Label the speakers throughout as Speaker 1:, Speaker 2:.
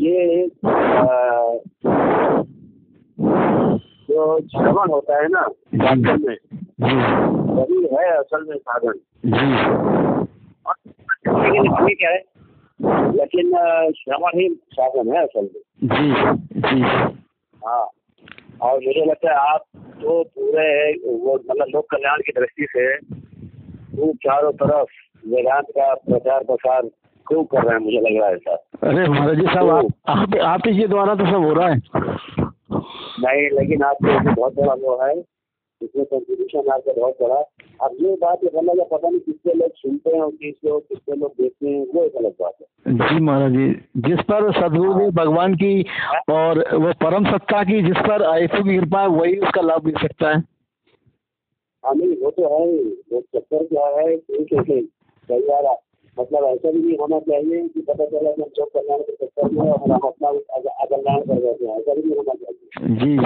Speaker 1: ये एक जो श्रवण होता है ना वास्तव में वही
Speaker 2: जी
Speaker 1: है असल में साधन
Speaker 2: जी
Speaker 1: और लेकिन इसमें क्या है लेकिन अ, श्रवण ही साधन है असल में
Speaker 2: जी जी
Speaker 1: हाँ और मुझे लगता है आप तो पूरे वो मतलब लोक कल्याण की दृष्टि से खूब चारों तरफ वेदांत का प्रचार प्रसार खूब कर रहे हैं मुझे लग रहा है सर
Speaker 2: अरे महाराज जी साहब आप आप आप ही के द्वारा तो सब हो रहा है
Speaker 1: नहीं लेकिन आपको इसमें बहुत बड़ा वो है इसमें कंट्रीब्यूशन आपका बहुत बड़ा अब ये बात एक अलग है पता नहीं किसके लोग सुनते हैं और किस लोग किसके लोग देखते हैं वो एक अलग बात है
Speaker 2: जी महाराज जी जिस पर सदगुरु ने भगवान की और वो परम सत्ता की जिस पर आयसु की कृपा है वही उसका लाभ मिल सकता है
Speaker 1: हाँ नहीं वो तो है ही। वो चक्कर क्या है ठीक है ठीक कई बार मतलब ऐसा भी नहीं होना चाहिए कि पता चला कि हम सब कल्याण के चक्कर में और हम अपना अग- अकल्याण कर देते हैं ऐसा भी नहीं होना चाहिए
Speaker 2: जी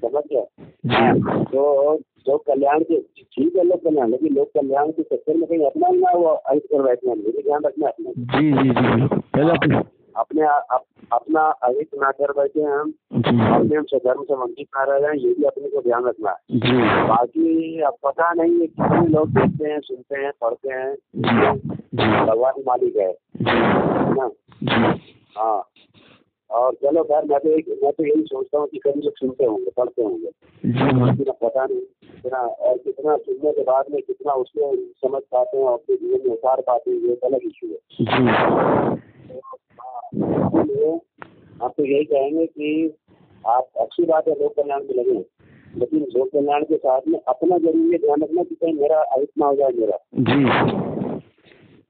Speaker 1: समझ गए
Speaker 2: जी
Speaker 1: हाँ, तो जो कल्याण के ठीक है लोग कल्याण लेकिन लोग कल्याण के चक्कर में कहीं अपना ही ना वो अहित कर बैठना ये भी ध्यान रखना है अपना
Speaker 2: जी जी तो जी पहले आप-
Speaker 1: अपने आ- अप- अपना अहित ना कर बैठे हम
Speaker 2: जी
Speaker 1: अपने हम स्वधर्म से वंचित ना रह जाए ये भी अपने को ध्यान रखना है
Speaker 2: जी
Speaker 1: बाकी अब पता नहीं है कितने लोग देखते हैं सुनते हैं पढ़ते हैं
Speaker 2: जी
Speaker 1: भगवान मालिक है है ना
Speaker 2: जी
Speaker 1: हाँ और चलो खैर मैं तो एक मैं तो यही सोचता हूँ कि कभी लोग सुनते होंगे पढ़ते होंगे
Speaker 2: जी महाराज
Speaker 1: लेकिन अब पता नहीं कितना और कितना सुनने के बाद में कितना उसमें समझ पाते हैं और अपने जीवन में उतार पाते हैं ये एक अलग इशू है
Speaker 2: जी
Speaker 1: हाँ, इसलिए हम तो यही कहेंगे कि आप अच्छी बात है लोक कल्याण में लगे लेकिन लोक कल्याण के साथ में अपना जरूर ये ध्यान रखना कि कहीं मेरा अहित ना हो जाए मेरा
Speaker 2: जी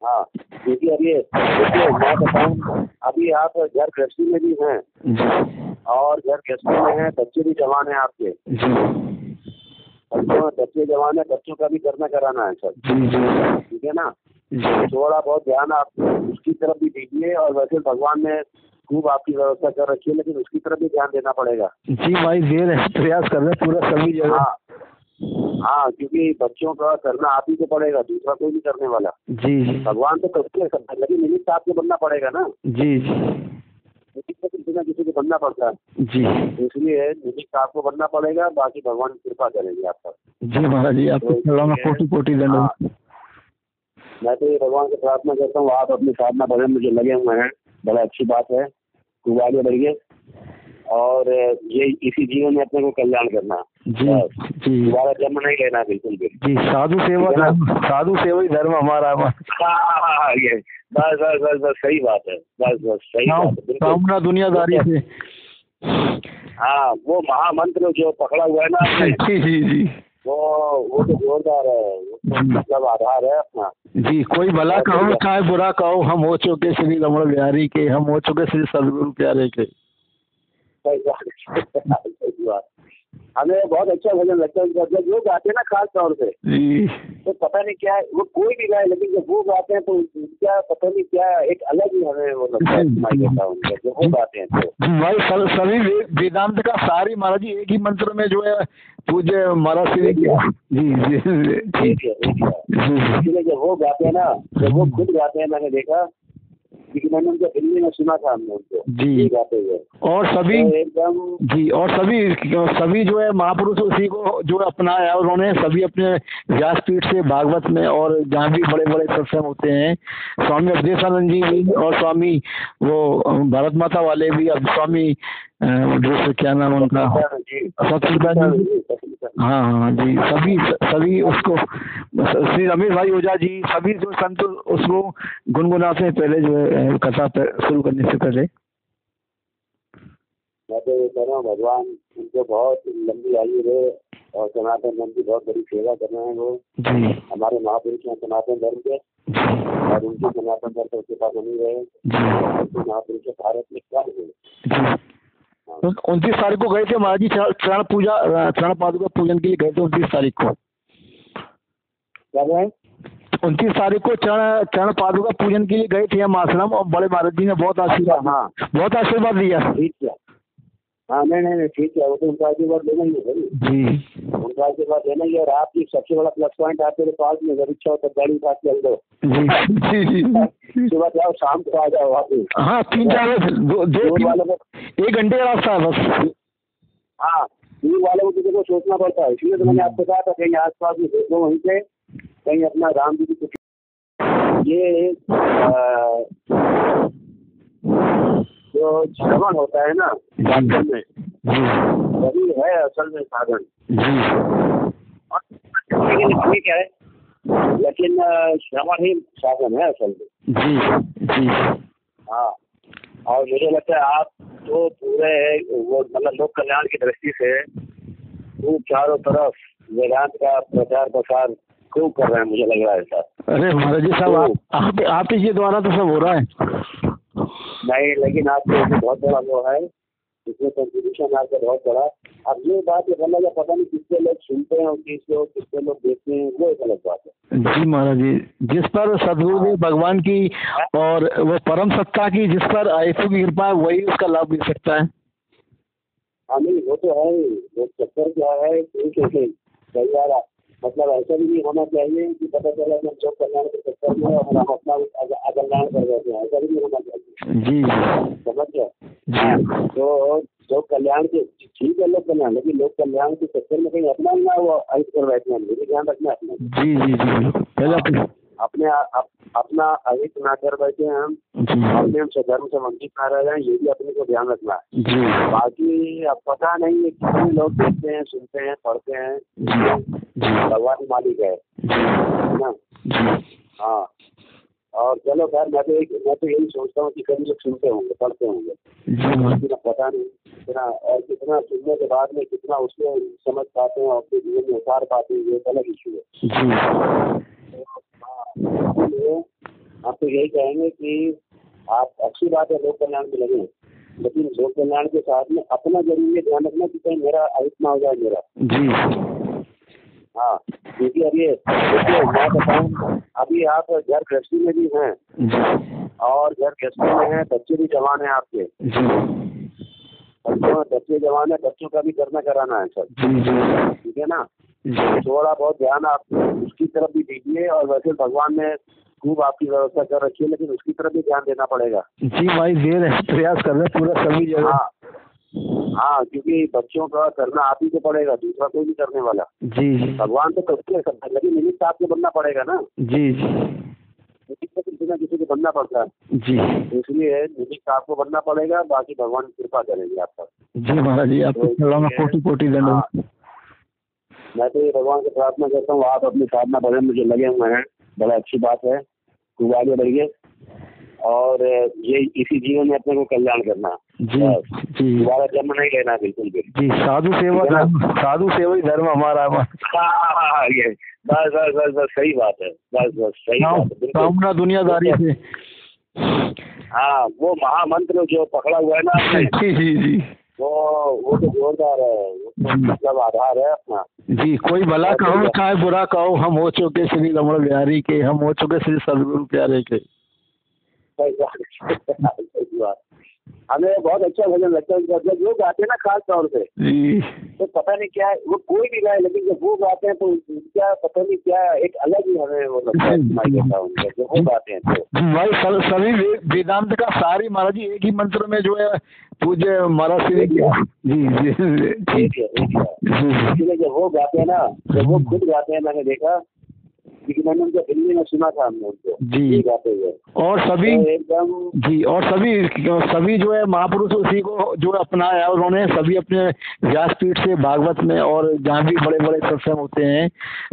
Speaker 1: हाँ क्योंकि अब ये देखिए मैं बताऊँ अभी आप घर गृहस्थी में भी हैं और घर गृहस्थी में हैं बच्चे भी जवान हैं आपके
Speaker 2: जी
Speaker 1: बच्चों बच्चे जवान हैं बच्चों का भी करना कराना है सर
Speaker 2: जी जी
Speaker 1: ठीक है ना
Speaker 2: जी
Speaker 1: थोड़ा बहुत ध्यान आप उसकी तरफ भी दीजिए और वैसे भगवान ने खूब आपकी व्यवस्था कर रखी है लेकिन उसकी तरफ भी ध्यान देना पड़ेगा
Speaker 2: जी भाई दे रहे हैं, प्रयास कर रहे हैं पूरा सभी जगह
Speaker 1: हाँ हाँ क्योंकि बच्चों का करना आप ही को पड़ेगा दूसरा कोई नहीं करने वाला
Speaker 2: जी जी
Speaker 1: भगवान तो करते हैं सब लेकिन निमित्त आपको बनना पड़ेगा ना
Speaker 2: जी
Speaker 1: निमित्त तो किसी ना किसी को बनना पड़ता है तो
Speaker 2: जी
Speaker 1: इसलिए निमित्त आपको बनना पड़ेगा बाकी भगवान कृपा करेंगे आप पर
Speaker 2: जी महाराज जी
Speaker 1: तो
Speaker 2: आपको चलाना कोटि कोटि
Speaker 1: हाँ।
Speaker 2: दंड
Speaker 1: मैं तो ये भगवान से प्रार्थना करता हूँ आप अपनी साधना भजन में जो लगे हुए हैं बड़ा अच्छी बात है खूब आगे बढ़िए और अ, ये इसी जीवन में अपने को कल्याण करना
Speaker 2: जी
Speaker 1: हाँ।
Speaker 2: जी
Speaker 1: दोबारा जन्म नहीं लेना बिल्कुल भी
Speaker 2: जी साधु सेवा
Speaker 1: ठीक है ना?
Speaker 2: धर्म साधु सेवा ही धर्म हमारा हमारा।
Speaker 1: हाँ, हाँ, हाँ, हाँ, ये बस बस बस बस सही बात है बस बस सही बात है
Speaker 2: काम-
Speaker 1: बिल्कुल
Speaker 2: कामना दुनियादारी से
Speaker 1: हाँ वो महामंत्र जो पकड़ा हुआ है ना आपने
Speaker 2: जी जी जी
Speaker 1: वो वो तो जोरदार है वो तो मतलब आधार है अपना
Speaker 2: जी कोई
Speaker 1: हाँ,
Speaker 2: भला कहो चाहे बुरा कहो हम हो चुके श्री रमण बिहारी के हम हो चुके श्री सदगुरु प्यारे के
Speaker 1: सही बात है, सही बात हमें बहुत अच्छा भजन लगता है जब जब लोग आते हैं ना खास तौर से
Speaker 2: जी
Speaker 1: तो पता नहीं क्या है वो कोई भी गाय लेकिन जब वो गाते हैं तो उनका पता नहीं क्या एक अलग ही हमें वो लगता है माई करता है उनका जब वो गाते हैं तो
Speaker 2: जी भाई सर, सभी वे- वेदांत का सारी महाराज जी एक ही मंत्र में जो है पूज्य महाराज श्री जी जी जी जी
Speaker 1: ठीक है ठीक है
Speaker 2: जी
Speaker 1: इसलिए जब वो गाते हैं ना जब वो खुद गाते हैं मैंने देखा क्योंकि मैंने उनको दिल्ली में सुना था हमने उनको
Speaker 2: जी।
Speaker 1: ये गाते हुए
Speaker 2: और सभी
Speaker 1: तो एकदम
Speaker 2: जी और सभी सभी जो है महापुरुष उसी को जो अपनाया है, उन्होंने सभी अपने व्यासपीठ से भागवत में और जहाँ भी बड़े बड़े सत्संग होते हैं स्वामी अवधेशानंद जी भी और स्वामी वो अम, भारत माता वाले भी अब स्वामी अ, जो से क्या नाम है उनका
Speaker 1: जी
Speaker 2: सत्संग जी। हाँ हाँ जी सभी सभी उसको श्री रमेश भाई ओझा जी सभी जो संत उसको गुनगुनाते हैं पहले जो है अ, कथा पे- शुरू करने से पहले
Speaker 1: मैं तो ये कह रहा हूँ भगवान उनको बहुत लंबी आयु दे और सनातन धर्म की बहुत बड़ी सेवा कर रहे हैं वो
Speaker 2: जी
Speaker 1: हमारे महापुरुष हैं सनातन धर्म के और उनकी सनातन धर्म पर कृपा बनी रहे
Speaker 2: जी
Speaker 1: उनके महापुरुष भारत में क्या हुए
Speaker 2: जी उनतीस तारीख को गए थे महाराज जी चरण चरण पूजा चरण पादुका पूजन के लिए गए थे उनतीस तारीख को
Speaker 1: क्या हुआ है
Speaker 2: उनतीस तारीख को चरण चरण पादुका पूजन के लिए गए थे हम आश्रम और बड़े महाराज जी ने बहुत
Speaker 1: अच्छा
Speaker 2: आशीर्वाद
Speaker 1: हाँ
Speaker 2: बहुत आशीर्वाद दिया
Speaker 1: ठीक है हाँ नहीं नहीं नहीं ठीक है वो तो उनका आशीर्वाद लेना ही है भाई
Speaker 2: जी
Speaker 1: उनका आशीर्वाद लेना ही है और आपकी सबसे बड़ा प्लस पॉइंट आप मेरे पास में अगर इच्छा हो तो गाड़ी उठा के चल दो
Speaker 2: जी जी जी जी।
Speaker 1: सुबह जाओ शाम को आ जाओ आप ही।
Speaker 2: हाँ तीन चार दो दो
Speaker 1: दूर
Speaker 2: तीन-
Speaker 1: वालों को
Speaker 2: एक घंटे का रास्ता है बस
Speaker 1: हाँ दूर वालों को किसी को सोचना पड़ता है इसलिए तो मैंने आपको कहा था कहीं आस पास में भेजो वहीं से कहीं अपना राम जी की कुछ- ये अ, जो श्रवण होता है ना वास्तव में
Speaker 2: जी
Speaker 1: वही है असल में साधन
Speaker 2: जी
Speaker 1: और लेकिन इसमें क्या है लेकिन अ, श्रवण ही साधन है असल में
Speaker 2: जी जी
Speaker 1: हाँ और मुझे लगता है आप तो पूरे वो मतलब लोक कल्याण की दृष्टि से खूब चारों तरफ वेदांत का प्रचार प्रसार खूब कर रहे हैं मुझे लग रहा है सर
Speaker 2: अरे महाराज जी साहब आप, आप आपके ये द्वारा तो सब हो रहा है
Speaker 1: नहीं लेकिन आपको इसमें बहुत बड़ा वो है इसमें कंट्रीब्यूशन आपका बहुत बड़ा अब ये बात ये गलत है पता नहीं किसके लोग सुनते हैं और किस लोग किसके लोग देखते हैं वो एक अलग बात है
Speaker 2: जी महाराज जी जिस पर सदगुरु ने भगवान की और वो परम सत्ता की जिस पर आयसु की कृपा है वही उसका लाभ मिल सकता है
Speaker 1: हाँ नहीं वो तो है ही। वो चक्कर क्या है ठीक है ठीक कई बार मतलब ऐसा भी नहीं होना चाहिए कि पता चला कि हम जॉब कल्याण के चक्कर में और हम अपना अग- अकल्याण कर देते हैं ऐसा भी नहीं होना चाहिए
Speaker 2: जी
Speaker 1: समझ
Speaker 2: जी
Speaker 1: गए तो जो कल्याण के ठीक है लोग कल्याण लेकिन लोग कल्याण के चक्कर में कहीं अपना ही ना वो अर्थ कर बैठना ये भी ध्यान रखना है अपना
Speaker 2: जी जी जी पहले आप
Speaker 1: अपने अप, अपना अहित ना कर बैठे हम
Speaker 2: जी
Speaker 1: अपने हम धर्म से वंचित ना रह जाए ये भी अपने को ध्यान रखना है
Speaker 2: जी
Speaker 1: बाकी अब पता नहीं है कितने लोग देखते हैं सुनते हैं पढ़ते हैं
Speaker 2: जी जी
Speaker 1: भगवान मालिक है है ना
Speaker 2: जी
Speaker 1: हाँ और चलो खैर मैं तो एक मैं तो यही सोचता हूँ कि कभी लोग सुनते होंगे पढ़ते होंगे
Speaker 2: जी महाराज
Speaker 1: लेकिन अब पता नहीं कितना और कितना सुनने के बाद में कितना उसमें समझ पाते हैं और अपने जीवन में उतार पाते हैं ये एक अलग इशू है
Speaker 2: जी
Speaker 1: इसलिए आप तो यही कहेंगे कि आप अच्छी बात है लोक कल्याण में लगे लेकिन लोक कल्याण के साथ में अपना जरूरी ये ध्यान रखना कि कहीं मेरा अहित ना हो जाए मेरा
Speaker 2: जी
Speaker 1: हाँ क्योंकि अब ये देखिए मैं बताऊँ अभी आप घर गृहस्थी में भी हैं और घर गृहस्थी में हैं बच्चे भी जवान हैं आपके
Speaker 2: जी
Speaker 1: बच्चों बच्चे जवान हैं बच्चों का भी करना कराना है सर
Speaker 2: जी जी
Speaker 1: ठीक है ना
Speaker 2: जी
Speaker 1: थोड़ा बहुत ध्यान आप उसकी तरफ भी दीजिए और वैसे भगवान ने खूब आपकी व्यवस्था कर रखी है लेकिन उसकी तरफ भी ध्यान देना पड़ेगा
Speaker 2: जी भाई दे रहे हैं, प्रयास कर रहे हैं पूरा सभी जगह
Speaker 1: हाँ हाँ क्योंकि बच्चों का करना आप ही को पड़ेगा दूसरा कोई नहीं करने वाला
Speaker 2: जी जी
Speaker 1: भगवान तो करते हैं सब लेकिन निमित्त आपको बनना पड़ेगा ना
Speaker 2: जी
Speaker 1: निमित्त तो किसी ना किसी को बनना पड़ता है तो
Speaker 2: जी
Speaker 1: इसलिए निमित्त आपको बनना पड़ेगा बाकी भगवान कृपा करेंगे आप पर
Speaker 2: जी महाराज जी तो आपको चढ़ाना कोटि कोटि
Speaker 1: हाँ।
Speaker 2: दंड
Speaker 1: मैं तो ये भगवान से प्रार्थना करता हूँ आप अपनी साधना भजन में जो लगे हुए हैं बड़ा अच्छी बात है खूब आगे बढ़िए और अ, ये इसी जीवन में अपने को कल्याण करना है।
Speaker 2: जी जी
Speaker 1: दोबारा जन्म नहीं लेना बिल्कुल भी
Speaker 2: जी साधु सेवा धर्म साधु सेवा ही धर्म हमारा
Speaker 1: हाँ हाँ हाँ, हाँ ये बस बस बस बस सही बात है बस बस सही बात है बिल्कुल
Speaker 2: कामना दुनियादारी से
Speaker 1: हाँ वो महामंत्र जो पकड़ा हुआ है ना आपने
Speaker 2: जी जी जी
Speaker 1: वो वो तो जोरदार है वो तो मतलब आधार है अपना
Speaker 2: जी कोई भला
Speaker 1: हाँ,
Speaker 2: कहो चाहे बुरा कहो हम हो चुके श्री रमण बिहारी के हम हो चुके श्री सदगुरु प्यारे के
Speaker 1: सही बात है, सही बात हमें बहुत अच्छा भजन लगता है उनका। जब लोग गाते हैं ना खास तौर से
Speaker 2: जी
Speaker 1: तो पता नहीं क्या है वो कोई भी गाए लेकिन जब वो गाते हैं तो उनका पता नहीं क्या एक अलग ही हमें वो लगता है सुनाई देता है उनका जब वो गाते हैं तो
Speaker 2: जी भाई सर, सभी वे- वेदांत का सारी महाराज जी एक ही मंत्र में जो है पूज्य महाराज श्री जी जी जी जी
Speaker 1: ठीक है ठीक है
Speaker 2: जी
Speaker 1: इसलिए जब वो गाते हैं ना जब वो खुद गाते हैं मैंने देखा क्योंकि मैंने उनको दिल्ली में सुना था हमने उनको
Speaker 2: जी।
Speaker 1: ये गाते हुए
Speaker 2: और सभी
Speaker 1: तो एकदम
Speaker 2: जी और सभी सभी जो है महापुरुष उसी को जो अपनाया है उन्होंने सभी अपने व्यासपीठ से भागवत में और जहाँ भी बड़े बड़े सत्संग होते हैं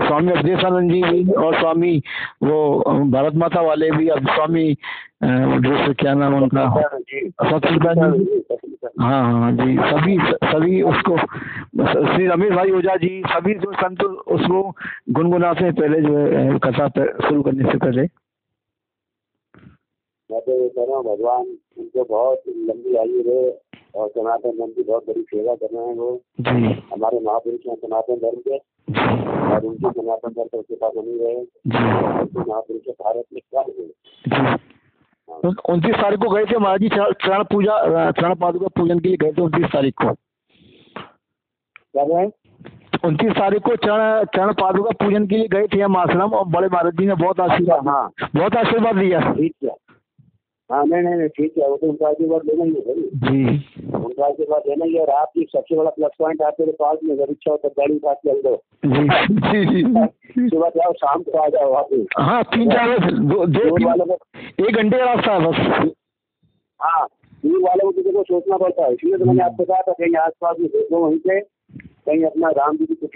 Speaker 2: स्वामी अवधेशानंद जी भी और स्वामी वो अम, भारत माता वाले भी अब स्वामी अ, जो से क्या नाम है उनका
Speaker 1: जी
Speaker 2: सच्चिदानंद जी। हाँ हाँ जी सभी सभी उसको श्री रमेश भाई ओझा जी सभी जो संत उसको गुनगुनाते हैं पहले जो है अ, कथा पे- शुरू करने से पहले
Speaker 1: मैं तो ये कह रहा हूँ भगवान उनको बहुत लंबी आयु रहे और सनातन धर्म की बहुत बड़ी सेवा कर रहे हैं वो
Speaker 2: जी
Speaker 1: हमारे महापुरुष हैं सनातन धर्म के और उनकी सनातन धर्म पर कृपा बनी रहे
Speaker 2: जी
Speaker 1: उनके महापुरुष हैं भारत में क्या हुए
Speaker 2: उनतीस तारीख को गए थे महाराज जी चरण चरण पूजा चरण पादुका पूजन के लिए गए थे उनतीस तारीख को
Speaker 1: क्या हुआ है
Speaker 2: उनतीस तारीख को चरण चरण पादुका पूजन के लिए गए थे हम आश्रम और बड़े महाराज जी ने बहुत आशीर्वाद
Speaker 1: हाँ
Speaker 2: बहुत आशीर्वाद दिया
Speaker 1: ठीक है हाँ नहीं नहीं नहीं ठीक है वो तो उनका आशीर्वाद लेना ही है भाई
Speaker 2: जी
Speaker 1: उनका आशीर्वाद लेना ही है और आपकी सबसे बड़ा प्लस पॉइंट आप मेरे पास में अगर इच्छा हो तो गाड़ी उठा के चल दो
Speaker 2: जी जी जी
Speaker 1: सुबह जाओ शाम को आ जाओ आप ही।
Speaker 2: हाँ तीन चार बजे दो दो
Speaker 1: दूर वालों
Speaker 2: तीन-
Speaker 1: को
Speaker 2: एक घंटे का रास्ता है बस
Speaker 1: हाँ दूर वालों को तो किसी को सोचना पड़ता है इसलिए तो मैंने आपको कहा था कहीं आस पास में देखो वहीं पे कहीं अपना राम जी की कुछ